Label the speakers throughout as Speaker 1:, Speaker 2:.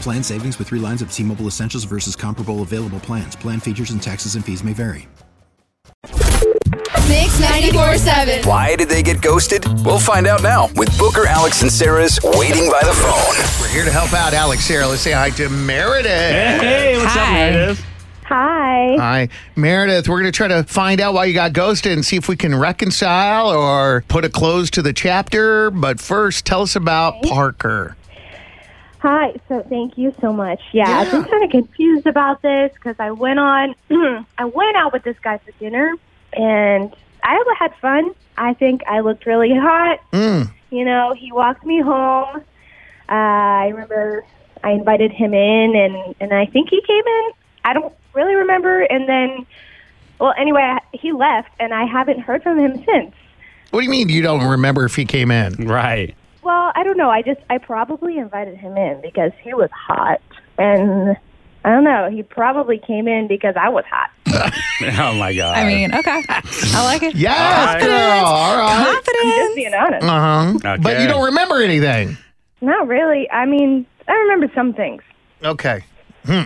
Speaker 1: Plan savings with three lines of T Mobile Essentials versus comparable available plans. Plan features and taxes and fees may vary.
Speaker 2: Mix 94.7.
Speaker 3: Why did they get ghosted? We'll find out now with Booker, Alex, and Sarah's Waiting by the Phone.
Speaker 4: We're here to help out Alex here. Let's say hi to Meredith.
Speaker 5: Hey, what's up, Meredith?
Speaker 6: Hi.
Speaker 4: Hi, Meredith. We're going to try to find out why you got ghosted and see if we can reconcile or put a close to the chapter. But first, tell us about Parker.
Speaker 6: Hi. So thank you so much. Yeah, I've been
Speaker 4: Yeah.
Speaker 6: kind of confused about this because I went on, I went out with this guy for dinner, and I had fun. I think I looked really hot.
Speaker 4: Mm.
Speaker 6: You know, he walked me home. Uh, I remember I invited him in, and and I think he came in. I don't really remember. And then, well, anyway, I, he left, and I haven't heard from him since.
Speaker 4: What do you mean you don't remember if he came in?
Speaker 5: Right.
Speaker 6: Well, I don't know. I just I probably invited him in because he was hot, and I don't know. He probably came in because I was hot.
Speaker 5: Oh my god.
Speaker 7: I mean, okay. I like it.
Speaker 4: Yes,
Speaker 5: All right.
Speaker 4: girl. All right.
Speaker 6: I'm
Speaker 7: Confidence.
Speaker 6: just being honest.
Speaker 4: Uh huh. But
Speaker 5: Okay.
Speaker 4: you don't remember anything.
Speaker 6: Not really. I mean, I remember some things.
Speaker 4: Okay. Hmm.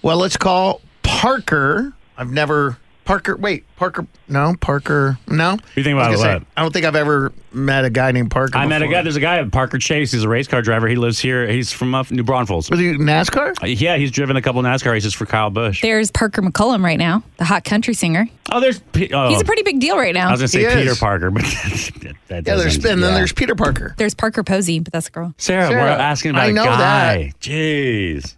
Speaker 4: Well, let's call Parker. I've never Parker. Wait, Parker. No, Parker. No.
Speaker 5: you think about
Speaker 4: I was gonna
Speaker 5: it,
Speaker 4: say, I don't think I've ever met a guy named Parker.
Speaker 5: I met a
Speaker 4: before.
Speaker 5: guy. There's a guy, Parker Chase. He's a race car driver. He lives here. He's from uh, New Braunfels.
Speaker 4: Was he NASCAR?
Speaker 5: Yeah, he's driven a couple NASCAR races for Kyle Busch.
Speaker 7: There's Parker McCullum right now, the hot country singer.
Speaker 5: Oh, there's. Pe- Oh,
Speaker 7: He's a pretty big deal right
Speaker 5: I
Speaker 7: now.
Speaker 5: was gonna say
Speaker 4: He is.
Speaker 5: Peter Parker, but that, that
Speaker 4: Yeah, there's
Speaker 5: doesn't-
Speaker 4: been. Then
Speaker 5: yeah.
Speaker 4: there's Peter Parker.
Speaker 7: There's Parker Posey, but that's a girl.
Speaker 5: Sarah. We're
Speaker 4: Sarah,
Speaker 5: asking about
Speaker 4: I know
Speaker 5: a
Speaker 4: that.
Speaker 5: guy. Jeez.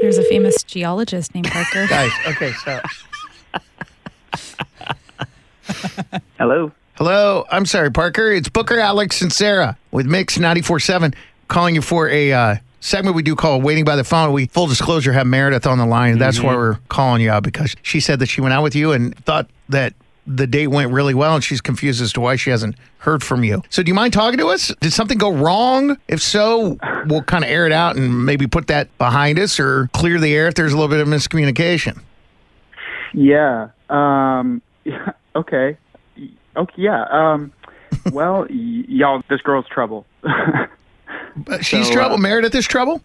Speaker 7: There's a famous geologist named Parker.
Speaker 4: Guys, okay, so
Speaker 8: Hello.
Speaker 4: hello. I'm sorry, Parker. It's Booker, Alex, and Sarah with Mix 94.7 calling you for a uh, segment we do called Waiting by the Phone. We, full disclosure, have Meredith on the line. and That's
Speaker 8: Mm-hmm.
Speaker 4: why we're calling you out because she said that she went out with you and thought that the date went really well and she's confused as to why she hasn't heard from you. So, do you mind talking to us? Did something go wrong? If so, we'll kind of air it out and maybe put that behind us or clear the air if there's a little bit of miscommunication.
Speaker 8: Yeah. Um, okay. Okay. Yeah. Um, well, y- y'all, this girl's trouble. uh,
Speaker 4: But she's
Speaker 8: So, uh,
Speaker 4: trouble. Meredith is trouble?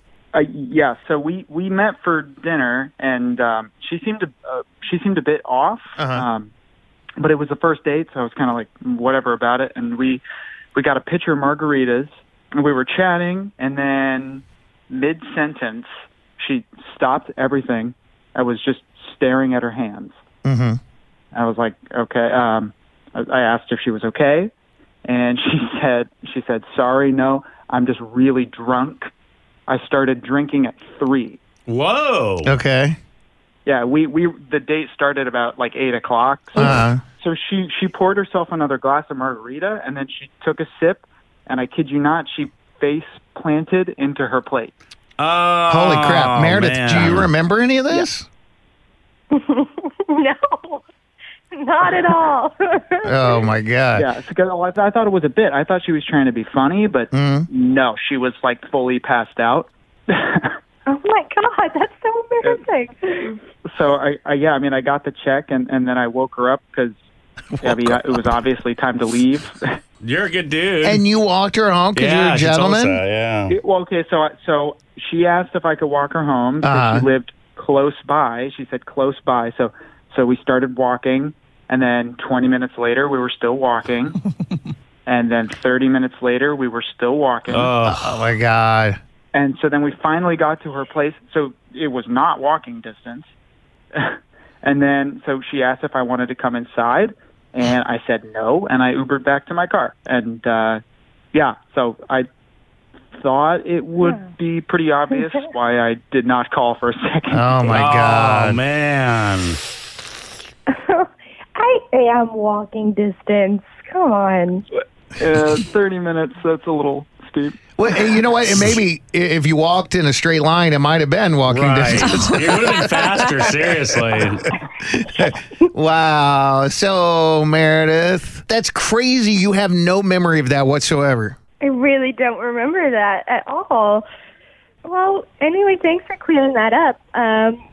Speaker 8: yeah. So we we met for dinner, and um, she seemed a uh, she seemed a bit off.
Speaker 4: Uh-huh.
Speaker 8: Um, but it was the first date, so I was kind of like "Mm, whatever about it. And we we got a pitcher of margaritas, and we were chatting, and then mid sentence, she stopped everything. I was just staring at her hands.
Speaker 4: Mm-hmm.
Speaker 8: I was like, okay. Um, I I asked if she was okay, and she said, she said, sorry, no, I'm just really drunk. I started drinking at three.
Speaker 5: Whoa.
Speaker 4: Okay.
Speaker 8: Yeah, we we the date started about like eight o'clock. So,
Speaker 4: Uh,
Speaker 8: so she she poured herself another glass of margarita, and then she took a sip, and I kid you not, she face planted into her plate.
Speaker 5: Oh,
Speaker 4: holy crap. Meredith, do you
Speaker 5: man.
Speaker 4: remember any of this?
Speaker 6: no, not at all.
Speaker 4: Oh, my God.
Speaker 8: Yeah, because I, th- I thought it was a bit. I thought she was trying to be funny, but
Speaker 4: Mm-hmm.
Speaker 8: no, she was like fully passed out.
Speaker 6: oh my god, that's so embarrassing.
Speaker 8: so I, I yeah, I mean, I got the check and and then I woke her up because Abby, it was obviously time to leave.
Speaker 5: You're a good dude.
Speaker 4: And you walked her home because
Speaker 5: yeah,
Speaker 4: you're a
Speaker 5: she told us
Speaker 4: gentleman?
Speaker 5: that, yeah.
Speaker 8: well, okay, so I, so she asked if I could walk her home. 'cause
Speaker 4: Uh-huh.
Speaker 8: She lived close by. She said close by. So so we started walking, And then 20 minutes later, we were still walking. and then 30 minutes later, we were still walking.
Speaker 4: Oh my God.
Speaker 8: And so then we finally got to her place. So it was not walking distance. and then so she asked if I wanted to come inside, and I said no, and I Ubered back to my car. And uh, yeah, so I thought it would be pretty obvious why I did not call for a second.
Speaker 4: Oh my God.
Speaker 5: Oh man.
Speaker 6: I am walking distance. Come on.
Speaker 8: uh, 30 minutes, that's a little steep.
Speaker 4: Well, hey, you know what? And maybe i- if you walked in a straight line, it might have been walking
Speaker 5: Right.
Speaker 4: distance.
Speaker 5: it would have been faster, seriously.
Speaker 4: Wow. So, Meredith, that's crazy. You have no memory of that whatsoever.
Speaker 6: I really don't remember that at all. Well, anyway, thanks for clearing that up. Um,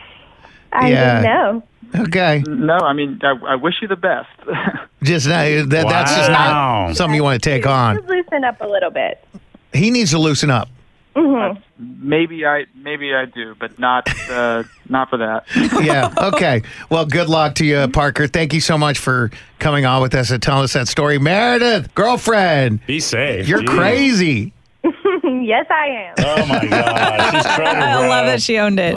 Speaker 6: I
Speaker 4: Yeah.
Speaker 6: didn't know.
Speaker 4: Okay.
Speaker 8: No, I mean, I, I wish you the best.
Speaker 4: Just not, that, that's just
Speaker 5: Wow.
Speaker 4: not something you want to take on.
Speaker 6: Just loosen up a little bit.
Speaker 4: He needs to loosen up.
Speaker 8: maybe I maybe I do, but not uh, not for that.
Speaker 4: Yeah. Okay. Well, good luck to you, Parker. Thank you so much for coming on with us and telling us that story. Meredith, girlfriend,
Speaker 5: Be safe.
Speaker 4: you're
Speaker 5: Jeez.
Speaker 4: crazy.
Speaker 6: yes, I am.
Speaker 5: Oh my gosh. She's trouble,
Speaker 7: I
Speaker 5: bro.
Speaker 7: love that she owned it.